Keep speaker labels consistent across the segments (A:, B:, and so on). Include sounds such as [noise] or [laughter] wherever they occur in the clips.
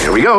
A: Here we go.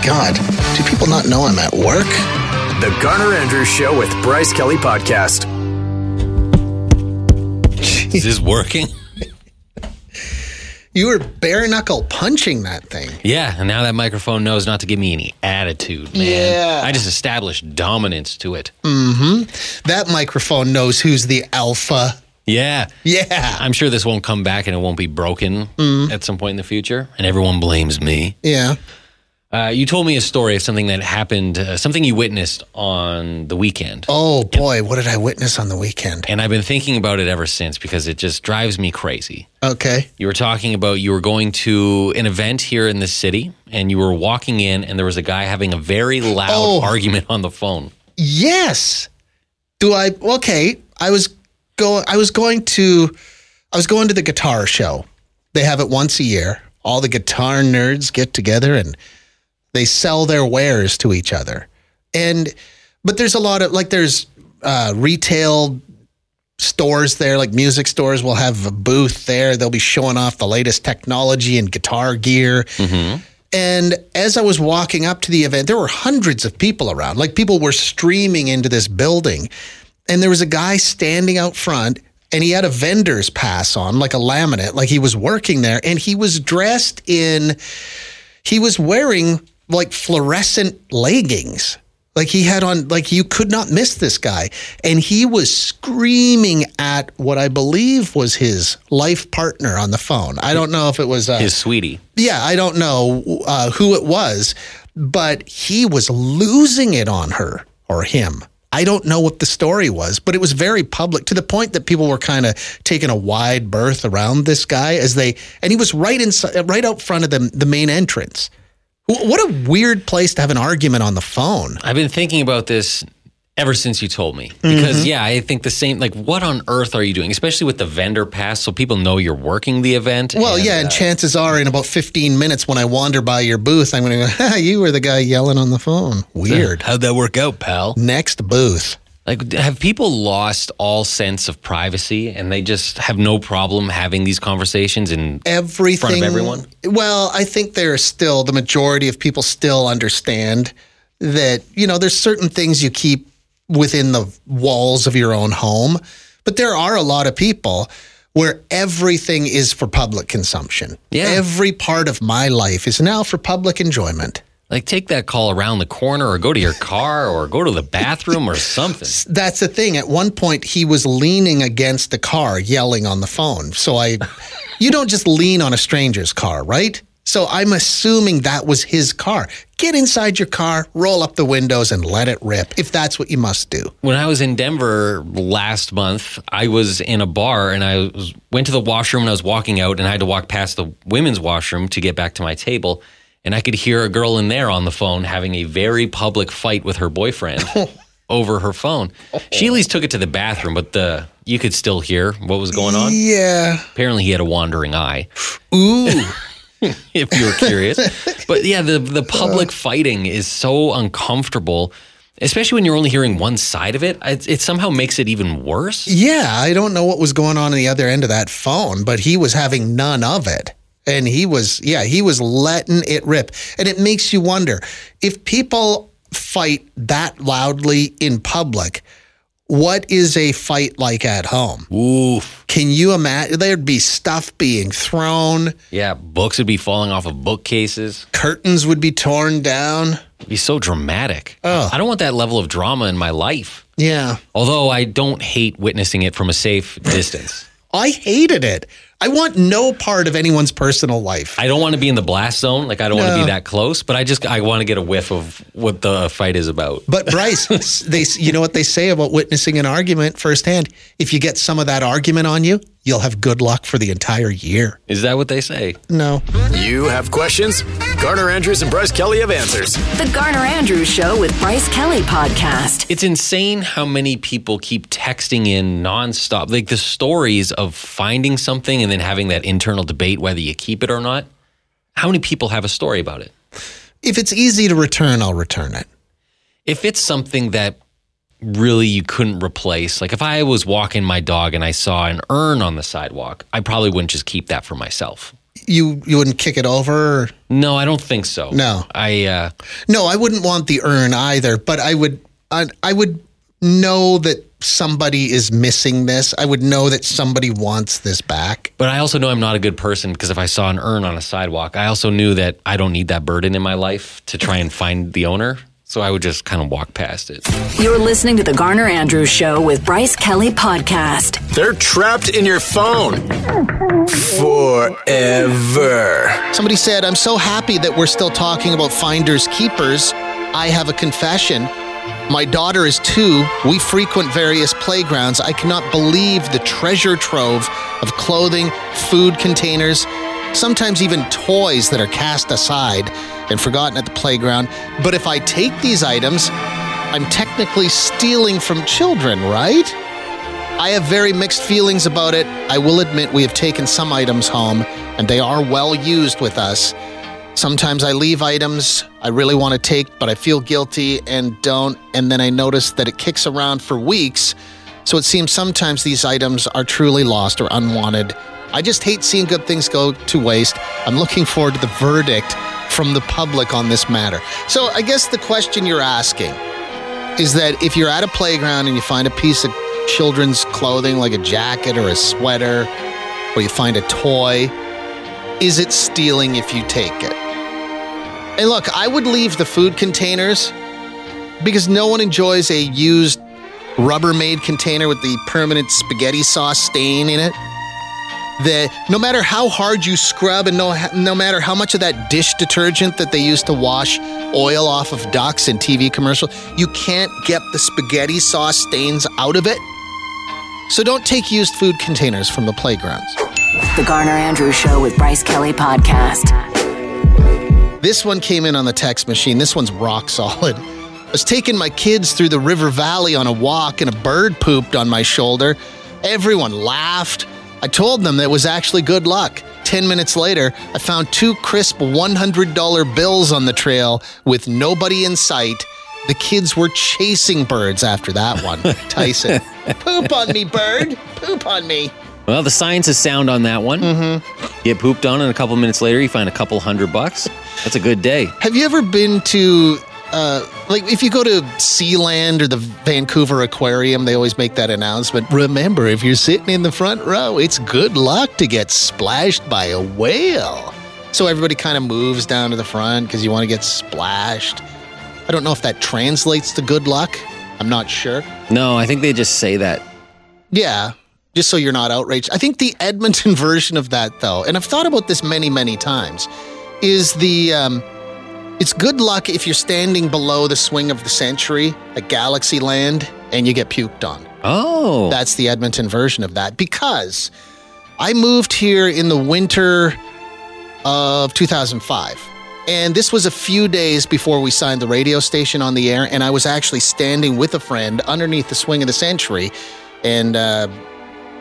B: God, do people not know I'm at work?
C: The Garner Andrews Show with Bryce Kelly Podcast.
D: Is this working?
B: You were bare knuckle punching that thing.
D: [laughs] Yeah, and now that microphone knows not to give me any attitude, man.
B: Yeah.
D: I just established dominance to it.
B: That microphone knows who's the alpha.
D: Yeah.
B: Yeah.
D: I'm sure this won't come back and it won't be broken at some point in the future, and everyone blames me.
B: Yeah.
D: Uh, you told me a story of something that happened, uh, something you witnessed on the weekend.
B: Oh boy, what did I witness on the weekend?
D: And I've been thinking about it ever since because it just drives me crazy.
B: Okay.
D: You were talking about you were going to an event here in this city and you were walking in and there was a guy having a very loud
B: Oh.
D: argument on the phone.
B: Yes. Do I okay, I was go I was going to I was going to the guitar show. They have it once a year. All the guitar nerds get together and they sell their wares to each other. And but there's a lot of like there's uh retail stores there, like music stores will have a booth there. They'll be showing off the latest technology and guitar gear. And as I was walking up to the event, there were hundreds of people around. Like people were streaming into this building. And there was a guy standing out front and he had a vendor's pass on, like a laminate, like he was working there. And he was dressed in, he was wearing like fluorescent leggings. Like he had on, like you could not miss this guy. And he was screaming at what I believe was his life partner on the phone. I don't know if it was uh,
D: His sweetie.
B: yeah, I don't know uh, who it was, but he was losing it on her or him. I don't know what the story was, but it was very public to the point that people were kind of taking a wide berth around this guy as they, and he was right inside, right out front of the, the main entrance. Wh- What a weird place to have an argument on the phone.
D: I've been thinking about this ever since you told me because
B: Mm-hmm.
D: yeah, I think the same like what on earth are you doing, especially with the vendor pass so people know you're working the event.
B: Well, yeah, and chances are in about 15 minutes when I wander by your booth, I'm going to go, [laughs] "Ha, you were the guy yelling on the phone. [laughs] Weird.
D: How'd that work out, pal?
B: Next booth.
D: Like, have people lost all sense of privacy and they just have no problem having these conversations? And
B: everything
D: everyone?
B: Well, I think there are still the majority of people still understand that you know there's certain things you keep within the walls of your own home, but there are a lot of people where everything is for public consumption.
D: Yeah.
B: Every part of my life is now for public enjoyment.
D: like, take that call around the corner or go to your car or go to the bathroom or something.
B: that's the thing. At one point, he was leaning against a car, yelling on the phone. So I, [laughs] you don't just lean on a stranger's car, right? So I'm assuming that was his car. Get inside your car, roll up the windows, and let it rip if that's what you must do.
D: [laughs] When I was in Denver last month, I was in a bar and I was, went to the washroom and I was walking out and I had to walk past the women's washroom to get back to my table. And I could hear a girl in there on the phone having a very public fight with her [laughs] boyfriend over her phone. She at least took it to the bathroom, but the you could still hear what was going on.
B: Yeah.
D: Apparently, he had a wandering eye. Ooh. [laughs] if you were curious. but yeah, the, the public fighting is so uncomfortable, especially when you're only hearing one side of it. It, it somehow makes it even worse.
B: Yeah. I don't know what was going on on the other end of that phone, but he was having none of it. And he was, yeah, he was letting it rip. And it makes you wonder if people fight that loudly in public, what is a fight like at home?
D: Oof.
B: Can you imagine? There'd be stuff being thrown,
D: Yeah, books would be falling off of bookcases.
B: curtains would be torn down.
D: It'd be so dramatic. I don't want that level of drama in my life.
B: Yeah.
D: Although I don't hate witnessing it from a safe distance.
B: I hated it. I want no part of anyone's personal life.
D: I don't want to be in the blast zone. Like I don't want to
B: No.
D: be that close, but I just I want to get a whiff of what the fight is about.
B: But [laughs] Bryce, they you know what they say about witnessing an argument firsthand. If you get some of that argument on you, you'll have good luck for the entire year.
D: Is that what they say?
B: No.
C: You have questions? Garner Andrews and Bryce Kelly have answers.
E: The Garner Andrews Show with Bryce Kelly Podcast.
D: It's insane how many people keep texting in nonstop, like the stories of finding something and then having that internal debate whether you keep it or not. How many people have a story about it?
B: If it's easy to return, I'll return it.
D: If it's something that really you couldn't replace, like if I was walking my dog and I saw an urn on the sidewalk, I probably wouldn't just keep that for myself.
B: You you wouldn't kick it over. or-
D: No, I don't think so.
B: No.
D: I uh,
B: No, I wouldn't want the urn either, but I would I, I would know that somebody is missing this. I would know that somebody wants this back.
D: But I also know I'm not a good person because if I saw an urn on a sidewalk, I also knew that I don't need that burden in my life to try and find the owner. So I would just kind of walk past it.
E: You're listening to The Garner Andrews Show with Bryce Kelly Podcast.
C: They're trapped in your phone forever.
B: Somebody said, "I'm so happy that we're still talking about finders keepers. I have a confession. My daughter is 2. We frequent various playgrounds. I cannot believe the treasure trove of clothing, food containers, sometimes even toys that are cast aside and forgotten at the playground. But if I take these items, I'm technically stealing from children, right? I have very mixed feelings about it. I will admit we have taken some items home, and they are well used with us. Sometimes I leave items I really want to take, but I feel guilty and don't, and then I notice that it kicks around for weeks. So it seems sometimes these items are truly lost or unwanted. I just hate seeing good things go to waste. I'm looking forward to the verdict from the public on this matter. So I guess the question you're asking is that if you're at a playground and you find a piece of children's clothing like a jacket or a sweater, or you find a toy, is it stealing if you take it? And look, I would leave the food containers because no one enjoys a used Rubbermaid container with the permanent spaghetti sauce stain in it. That no matter how hard you scrub and no, no matter how much of that dish detergent that they use to wash oil off of ducks in TV commercials, you can't get the spaghetti sauce stains out of it. So don't take used food containers from the playgrounds.
E: The Garner Andrews Show with Bryce Kelly Podcast.
B: This one came in on the text machine. This one's rock [laughs] solid. I was taking my kids through the river valley on a walk and a bird pooped on my shoulder. Everyone laughed. I told them that was actually good luck. 10 minutes later, I found two crisp $100 bills on the trail with nobody in sight. The kids were chasing birds after that one. Tyson, poop on me, bird. Poop on me.
D: Well, the science is sound on that one. Mm-hmm. Get pooped on, and a couple minutes later, you find a couple hundred bucks. That's a good day.
B: Have you ever been to, uh, like, if you go to Sealand or the Vancouver Aquarium, they always make that announcement. Remember, if you're sitting in the front row, it's good luck to get splashed by a whale. So everybody kind of moves down to the front because you want to get splashed. I don't know if that translates to good luck. I'm not sure.
D: No, I think they just say that.
B: Yeah, just so you're not outraged. I think the Edmonton [laughs] version of that, though, and I've thought about this many, many times, is the um, it's good luck if you're standing below the swing of the century at Galaxy Land and you get puked on.
D: Oh,
B: That's the Edmonton version of that because I moved here in the winter of 2005. And this was a few days before we signed the radio station on the air. And I was actually standing with a friend underneath the swing of the century. And uh,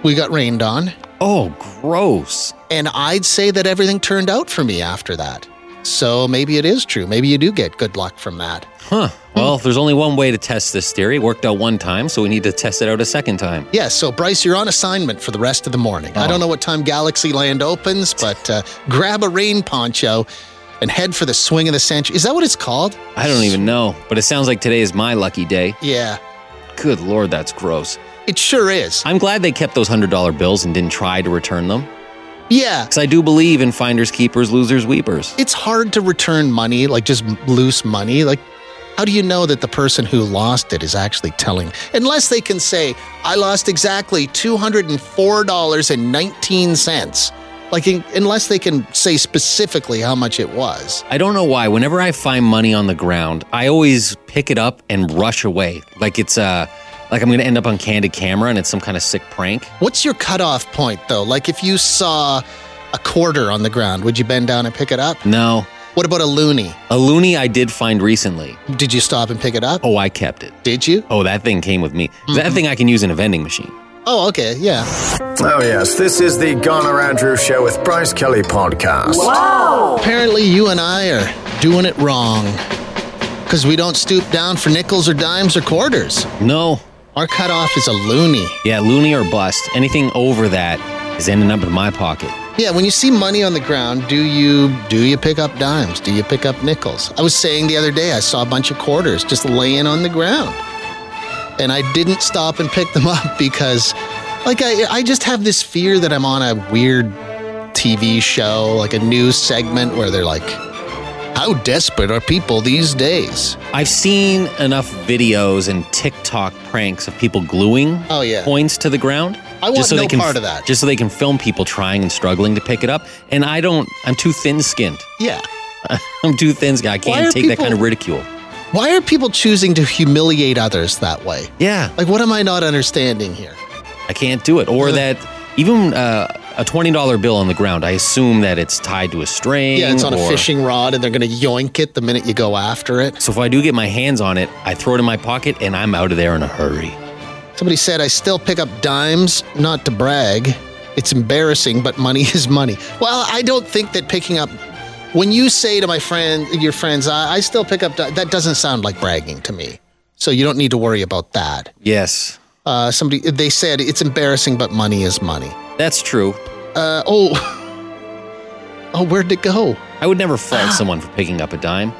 B: we got rained on.
D: oh, gross.
B: And I'd say that everything turned out for me after that. So maybe it is true. Maybe you do get good luck from that.
D: Huh. Well, there's only one way to test this theory. It worked out one time, so we need to test it out a second time.
B: Yes, so Bryce, you're on assignment for the rest of the morning. I don't know what time Galaxy Land opens, but uh, grab a rain poncho and head for the swing of the century. Is that what it's called?
D: I don't even know, but it sounds like today is my lucky day.
B: Yeah,
D: Good lord, that's gross.
B: it sure is.
D: I'm glad they kept those $100 bills and didn't try to return them.
B: Yeah,
D: Because I do believe in finders, keepers, losers, weepers.
B: it's hard to return money, like just loose money. Like, how do you know that the person who lost it is actually telling? Unless they can say, I lost exactly $204.19. Like, in, unless they can say specifically how much it was.
D: I don't know why. Whenever I find money on the ground, I always pick it up and rush away. Like it's a, Like I'm going to end up on candid camera and it's some kind of sick prank.
B: What's your cutoff point though? Like if you saw a quarter on the ground, would you bend down and pick it up?
D: No,
B: What about a loony?
D: a loony I did find recently.
B: Did you stop and pick it up?
D: Oh, I kept it.
B: Did you?
D: Oh, that thing came with me.
B: Mm-hmm.
D: That thing I can use in a vending machine.
B: Oh, okay, yeah.
C: Oh, yes. This is the Garner Andrew Show with Bryce Kelly podcast.
B: Apparently, you and I are doing it wrong because we don't stoop down for nickels or dimes or quarters.
D: No.
B: Our cutoff is a loony.
D: Yeah, loony or bust. Anything over that is ending up in my pocket.
B: Yeah, when you see money on the ground, do you do you pick up dimes? Do you pick up nickels? I was saying the other day I saw a bunch of quarters just laying on the ground. And I didn't stop and pick them [laughs] up because like I I just have this fear that I'm on a weird TV show, like a news segment where they're like how desperate are people these days?
D: I've seen enough videos and TikTok pranks of people gluing
B: Oh, yeah.
D: coins to the ground.
B: I want no part of that.
D: Just so they can film people trying and struggling to pick it up. And I don't. I'm too thin-skinned.
B: Yeah.
D: I'm too thin-skinned. I
B: are
D: can't take that kind of
B: people-
D: ridicule.
B: Why are people choosing to humiliate others that way?
D: Yeah,
B: Like, what am I not understanding here?
D: I can't do it. Or that even uh, a twenty dollar bill on the ground. I assume that it's tied to a string.
B: Yeah, it's on a
D: or-
B: fishing rod and they're going to yoink it the minute you go after it.
D: So if I do get my hands on it, I throw it in my pocket and I'm out of there in a hurry.
B: Somebody said, I still pick up dimes, not to brag. It's embarrassing, but money [laughs] is money. Well, I don't think that picking up, when you say to my friend, your friends, I, I still pick up, di-, that doesn't sound like bragging to me. So you don't need to worry about that.
D: Yes,
B: Uh, somebody, they said, it's embarrassing, but money is money.
D: that's true.
B: Uh, oh, [laughs] oh, where'd it go?
D: I would never
B: Ah.
D: fault someone for picking up a dime.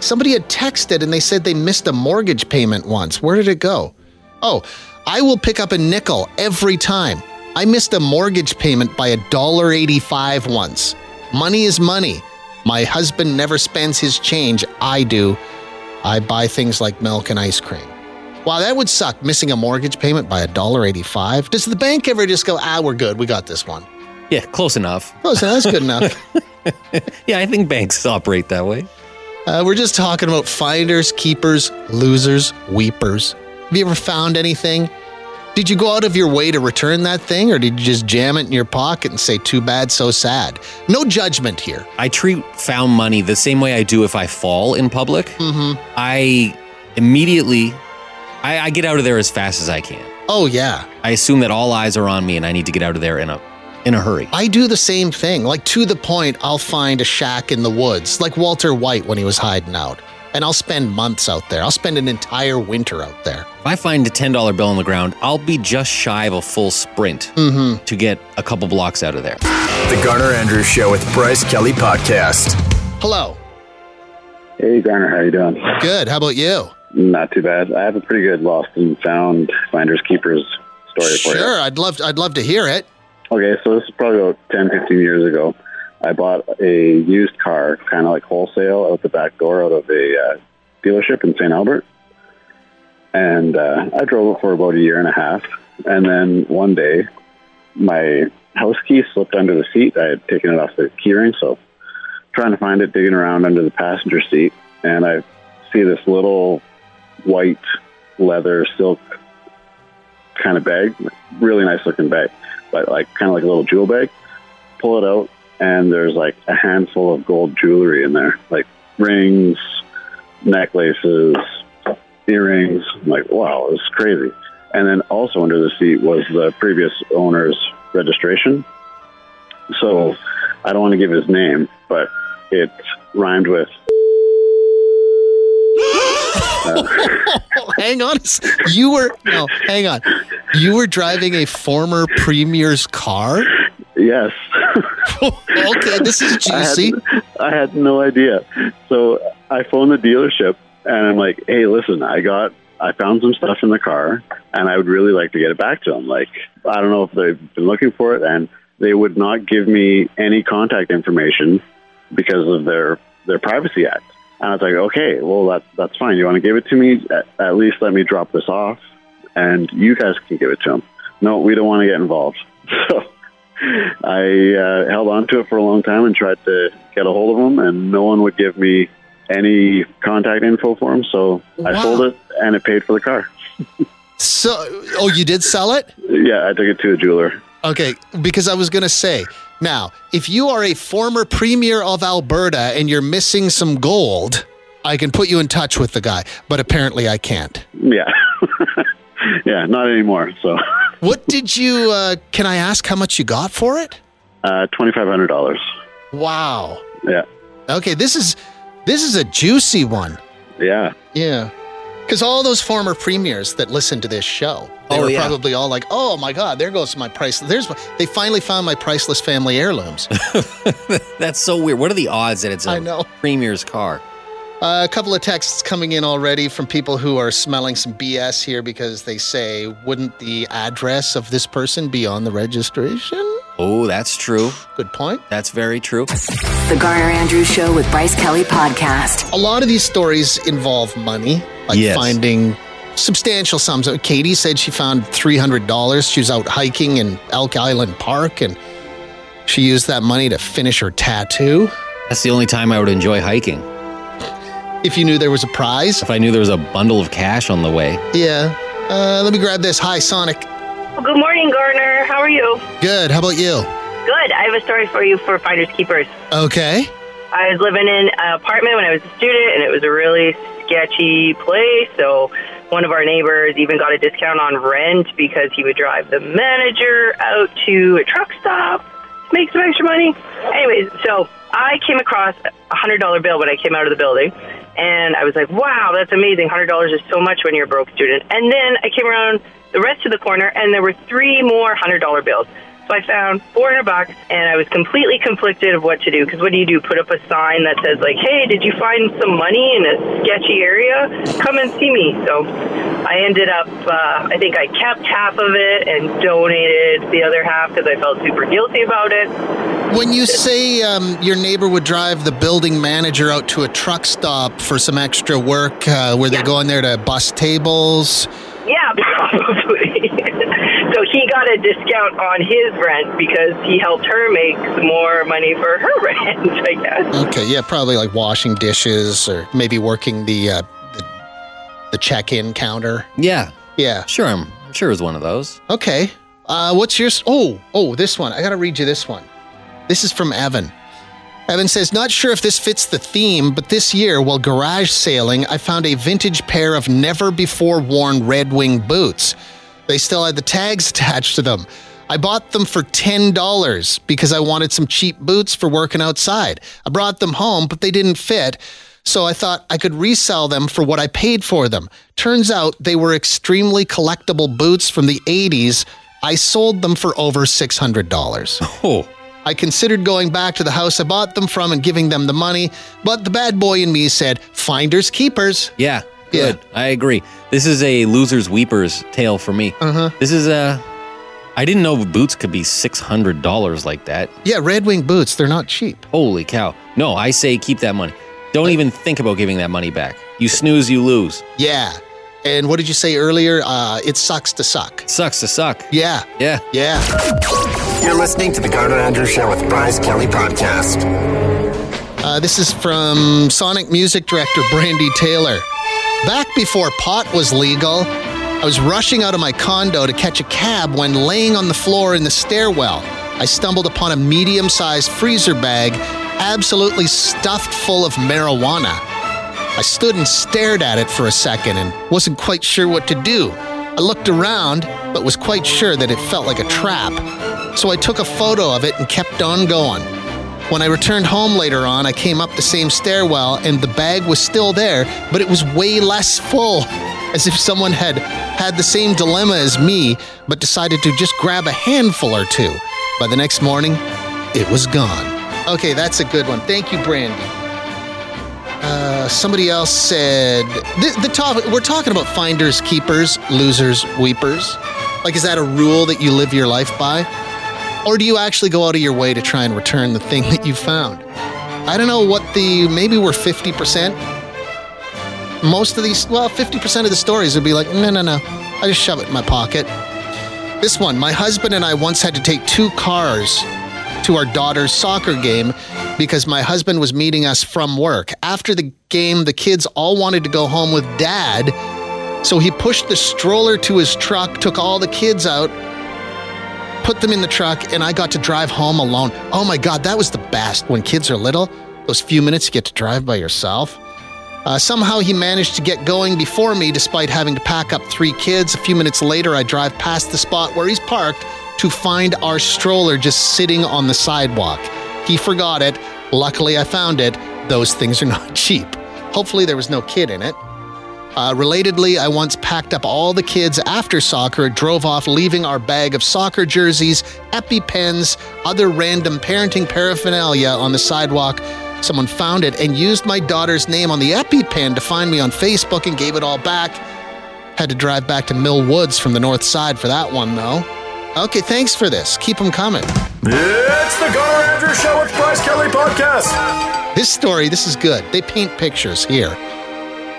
B: Somebody had texted and they said they missed a mortgage payment once. Where did it go? Oh, I will pick up a nickel every time. I missed a mortgage payment by a dollar eighty-five once. Money is money. My husband never spends his change. I do. I buy things like milk and ice cream. Wow, that would suck. Missing a mortgage payment by a dollar eighty-five. Does the bank ever just go, "Ah, we're good. We got this one."
D: Yeah, close enough.
B: Oh, so that's good enough.
D: [laughs] Yeah, I think banks operate that way.
B: Uh, we're just talking about finders, keepers, losers, weepers. Have you ever found anything? Did you go out of your way to return that thing, or did you just jam it in your pocket and say, too bad, so sad? No judgment here.
D: I treat found money the same way I do if I fall in public. Mm-hmm. I immediately, I, I get out of there as fast as I can.
B: Oh, yeah.
D: I assume that all eyes are on me, and I need to get out of there in a in a hurry.
B: I do the same thing. Like, to the point, I'll find a shack in the woods, like Walter White when he was hiding out. And I'll spend months out there. I'll spend an entire winter out there.
D: If I find a ten dollar bill on the ground, I'll be just shy of a full sprint
B: Mm-hmm.
D: to get a couple blocks out of there.
C: The Garner Andrew Show with Bryce Kelly podcast.
B: Hello.
F: Hey, Garner, how you doing?
B: Good. How about you?
F: Not too bad. I have a pretty good lost and found finders keepers story for
B: Sure. I'd love, I'd love to hear it.
F: you. Okay, so this is probably about 10, 15 years ago. I bought a used car, kind of like wholesale, out the back door out of a uh, dealership in St. Albert. And uh, I drove it for about a year and a half. And then one day, my house key slipped under the seat. I had taken it off the key ring, so trying to find it, digging around under the passenger seat, and I see this little white leather silk kind of bag, really nice looking bag, but like kind of like a little jewel bag. Pull it out, and there's like a handful of gold jewelry in there, like rings, necklaces, earrings. I'm like, wow, it's crazy. And then also under the seat was the previous owner's registration. So I don't want to give his name, but it rhymed with
B: [laughs] hang on. a s- You were no, hang on. You were driving a former premier's car. [laughs]
F: yes. [laughs]
B: Okay, this is
F: I had-
B: juicy.
F: I had no idea. So I phoned the dealership and I'm like, hey, listen, I got, I found some stuff in the car and I would really like to get it back to them. Like, I don't know if they've been looking for it and they would not give me any contact information because of their, their privacy act. And I was like, okay, well, that, that's fine. You want to give it to me? At, at least let me drop this off and you guys can give it to them. No, we don't want to get involved. [laughs] So I uh, held on to it for a long time and tried to get a hold of him, and no one would give me any contact info for him. So
B: Wow.
F: I sold it, and it paid for the car.
B: So, oh, you did sell it?
F: Yeah, I took it to a jeweler. [laughs]
B: Okay, because I was going to say now, if you are a former premier of Alberta and you're missing some gold, I can put you in touch with the guy, but apparently I can't.
F: Yeah. [laughs] yeah, not anymore. So, [laughs]
B: What did you, uh, can I ask how much you got for it?
F: uh, $2,500.
B: Wow.
F: Yeah.
B: Okay, this is this is a juicy one.
F: Yeah.
B: Yeah. Because all those former premiers that listened to this show, they
G: Oh,
B: were
G: yeah.
B: probably all like, "Oh my God, there goes my price." There's my- they finally found my priceless family
G: [laughs]
B: heirlooms.
G: That's so weird. What are the odds that it's a
B: I know.
G: premier's car?
B: Uh, a couple of texts coming in already from people who are smelling some BS here because they say, "Wouldn't the address of this person be on the registration?"
G: Oh, that's true.
B: Good point.
G: That's very true.
E: The Garner Andrews Show with Bryce Kelly Podcast.
B: A lot of these stories involve money, like
G: Yes.
B: finding substantial sums. Uh, Katie said she found $300. She was out hiking in Elk Island Park and she used that money to finish her tattoo.
G: That's the only time I would enjoy hiking.
B: If you knew there was a prize,
G: If I knew there was a bundle of cash on the way.
B: yeah. Uh, let me grab this. Hi, Sonic.
H: Good morning, Garner. How are you?
B: Good. How about you?
H: Good. I have a story for you for Finders Keepers.
B: Okay.
H: I was living in an apartment when I was a student, and it was a really sketchy place. So one of our neighbors even got a discount on rent because he would drive the manager out to a truck stop to make some extra money. Anyways, so I came across a hundred dollar bill when I came out of the building, and I was like, "Wow, that's amazing! Hundred dollars is so much when you're a broke student." And then I came around the rest of the corner, and there were three more hundred dollar bills. So I found 400 bucks, and I was completely conflicted of what to do. Because what do you do? Put up a sign that says like, "Hey, did you find some money in a sketchy area? Come and see me." So I ended up, uh, I think I kept half of it and donated the other half because I felt super guilty about it.
B: When you say um, your neighbor would drive the building manager out to a truck stop for some extra work, uh, were they going there to bus tables?
H: Yeah, [laughs] probably. [laughs] so he got a discount on his rent because he helped her make some more money for her [laughs] rent, I guess.
B: Okay, yeah, probably like washing dishes or maybe working the uh, the, the check-in counter.
G: Yeah,
B: Yeah.
G: sure. I'm, I'm sure it was one of those.
B: Okay. Uh, what's yours? Oh, oh, this one. I gotta read you this one. This is from Evan. Evan says, "Not sure if this fits the theme, but this year while garage sailing, I found a vintage pair of never-before-worn Red Wing boots. They still had the tags attached to them. I bought them for ten dollars because I wanted some cheap boots for working outside. I brought them home, but they didn't fit." So I thought I could resell them for what I paid for them. Turns out they were extremely collectible boots from the 80s. I sold them for over $600.
D: Oh,
B: I considered going back to the house I bought them from and giving them the money, but the bad boy in me said, Finders keepers.
G: Yeah, good. I agree. This is a loser's weepers tale for me.
B: Uh-huh.
G: This is a. I didn't know boots could be six hundred dollars like that.
B: Yeah, Red Wing boots, they're not cheap.
G: Holy cow! No, I say keep that money. Don't even think about giving that money back. You snooze, you lose.
B: Yeah. And what did you say earlier? Uh, it sucks to suck.
G: Sucks to suck.
B: Yeah,
G: Yeah.
B: yeah.
C: You're listening to the Garner Andrews Show with Bryce Kelly Podcast.
B: Uh, this is from Sonic music director Brandy Taylor. Back before pot was legal, I was rushing out of my condo to catch a cab when laying on the floor in the stairwell, I stumbled upon a medium sized freezer bag absolutely stuffed full of marijuana. I stood and stared at it for a second and wasn't quite sure what to do. I looked around, but was quite sure that it felt like a trap. So I took a photo of it and kept on going. When I returned home later on, I came up the same stairwell and the bag was still there, but it was way less full, as if someone had had the same dilemma as me, but decided to just grab a handful or two. By the next morning, it was gone. Okay, that's a good one. Thank you, Brandy. Uh, somebody else said the, the topic. We're talking about finders, keepers, losers, weepers. Like, is that a rule that you live your life by? Or do you actually go out of your way to try and return the thing that you found? I don't know what the maybe we're 50%. Most of these, well, 50% of the stories would be like, no, no, no. I just shove it in my pocket. This one, my husband and I once had to take two cars to our daughter's soccer game because my husband was meeting us from work. After the game, the kids all wanted to go home with dad. So he pushed the stroller to his truck, took all the kids out, put them in the truck, and I got to drive home alone. Oh my God, that was the best when kids are little. Those few minutes you get to drive by yourself. Uh, somehow he managed to get going before me despite having to pack up three kids. A few minutes later, I drive past the spot where he's parked to find our stroller just sitting on the sidewalk. He forgot it. Luckily, I found it. Those things are not [laughs] cheap. Hopefully, there was no kid in it. Uh, relatedly, I once packed up all the kids after soccer, drove off, leaving our bag of soccer jerseys, EpiPens, other random parenting paraphernalia on the sidewalk. Someone found it and used my daughter's name on the EpiPen to find me on Facebook and gave it all back. Had to drive back to Mill Woods from the north side for that one, though. Okay, thanks for this. Keep them coming.
I: It's the Garner Andrews Show with Bryce Kelly Podcast.
B: This story, this is good. They paint pictures here.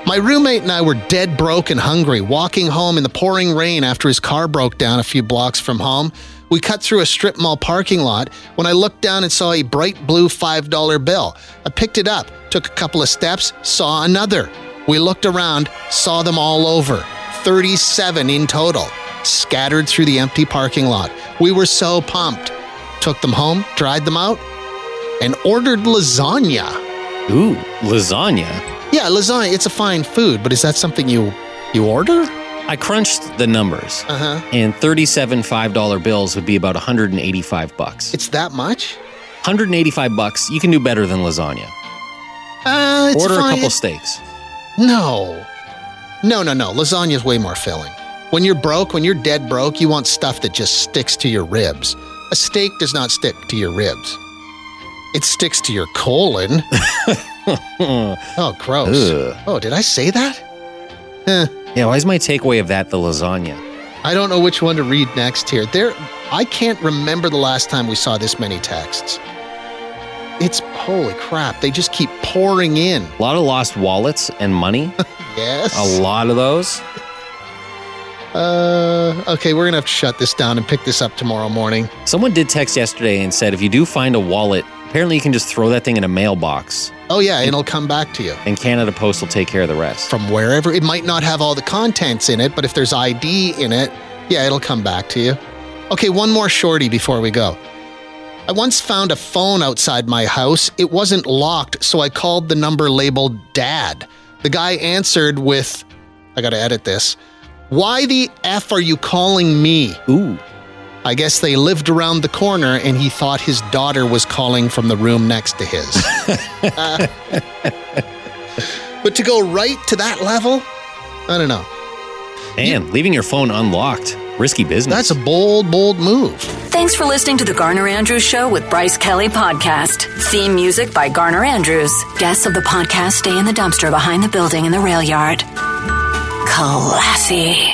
B: My roommate and I were dead broke and hungry, walking home in the pouring rain after his car broke down a few blocks from home. We cut through a strip mall parking lot when I looked down and saw a bright blue $5 bill. I picked it up, took a couple of steps, saw another. We looked around, saw them all over 37 in total, scattered through the empty parking lot. We were so pumped. Took them home, dried them out, and ordered lasagna.
G: Ooh, lasagna.
B: Yeah, lasagna, it's a fine food, but is that something you you order?
G: I crunched the numbers,
B: Uh-huh.
G: and 37 $5 bills would be about 185 bucks.
B: It's that much?
G: 185 bucks, you can do better than lasagna.
B: Uh, it's
G: Order a
B: fine.
G: couple steaks.
B: No. No, no, no. Lasagna's way more filling. When you're broke, when you're dead broke, you want stuff that just sticks to your ribs. A steak does not stick to your ribs. It sticks to your
G: [laughs]
B: colon. oh, gross.
G: Ugh.
B: Oh, did I say that?
G: Yeah, why is my takeaway of that the lasagna?
B: I don't know which one to read next here. There I can't remember the last time we saw this many texts. It's holy crap. They just keep pouring in.
G: A lot of lost wallets and money.
B: Yes. [laughs]
G: A lot of those.
B: Uh, okay, we're gonna have to shut this down and pick this up tomorrow morning.
G: Someone did text yesterday and said if you do find a wallet, apparently you can just throw that thing in a mailbox
B: Oh yeah, and it'll come back to you
G: and Canada Post will take care of the rest.
B: from wherever. It might not have all the contents in it, but if there's ID in it, yeah, it'll come back to you. Okay, one more shorty before we go. I once found a phone outside my house. It wasn't locked, so I called the number labeled Dad. The guy answered with, I gotta edit this. Why the F are you calling me?
G: Ooh.
B: I guess they lived around the corner and he thought his daughter was calling from the room next to his. Uh, but to go right to that level, I don't know.
G: Man, leaving your phone unlocked. Risky business.
B: That's a bold, bold move.
E: Thanks for listening to the Garner Andrews Show with Bryce Kelly Podcast. Theme music by Garner Andrews. Guests of the podcast stay in the dumpster behind the building in the rail yard. Classy.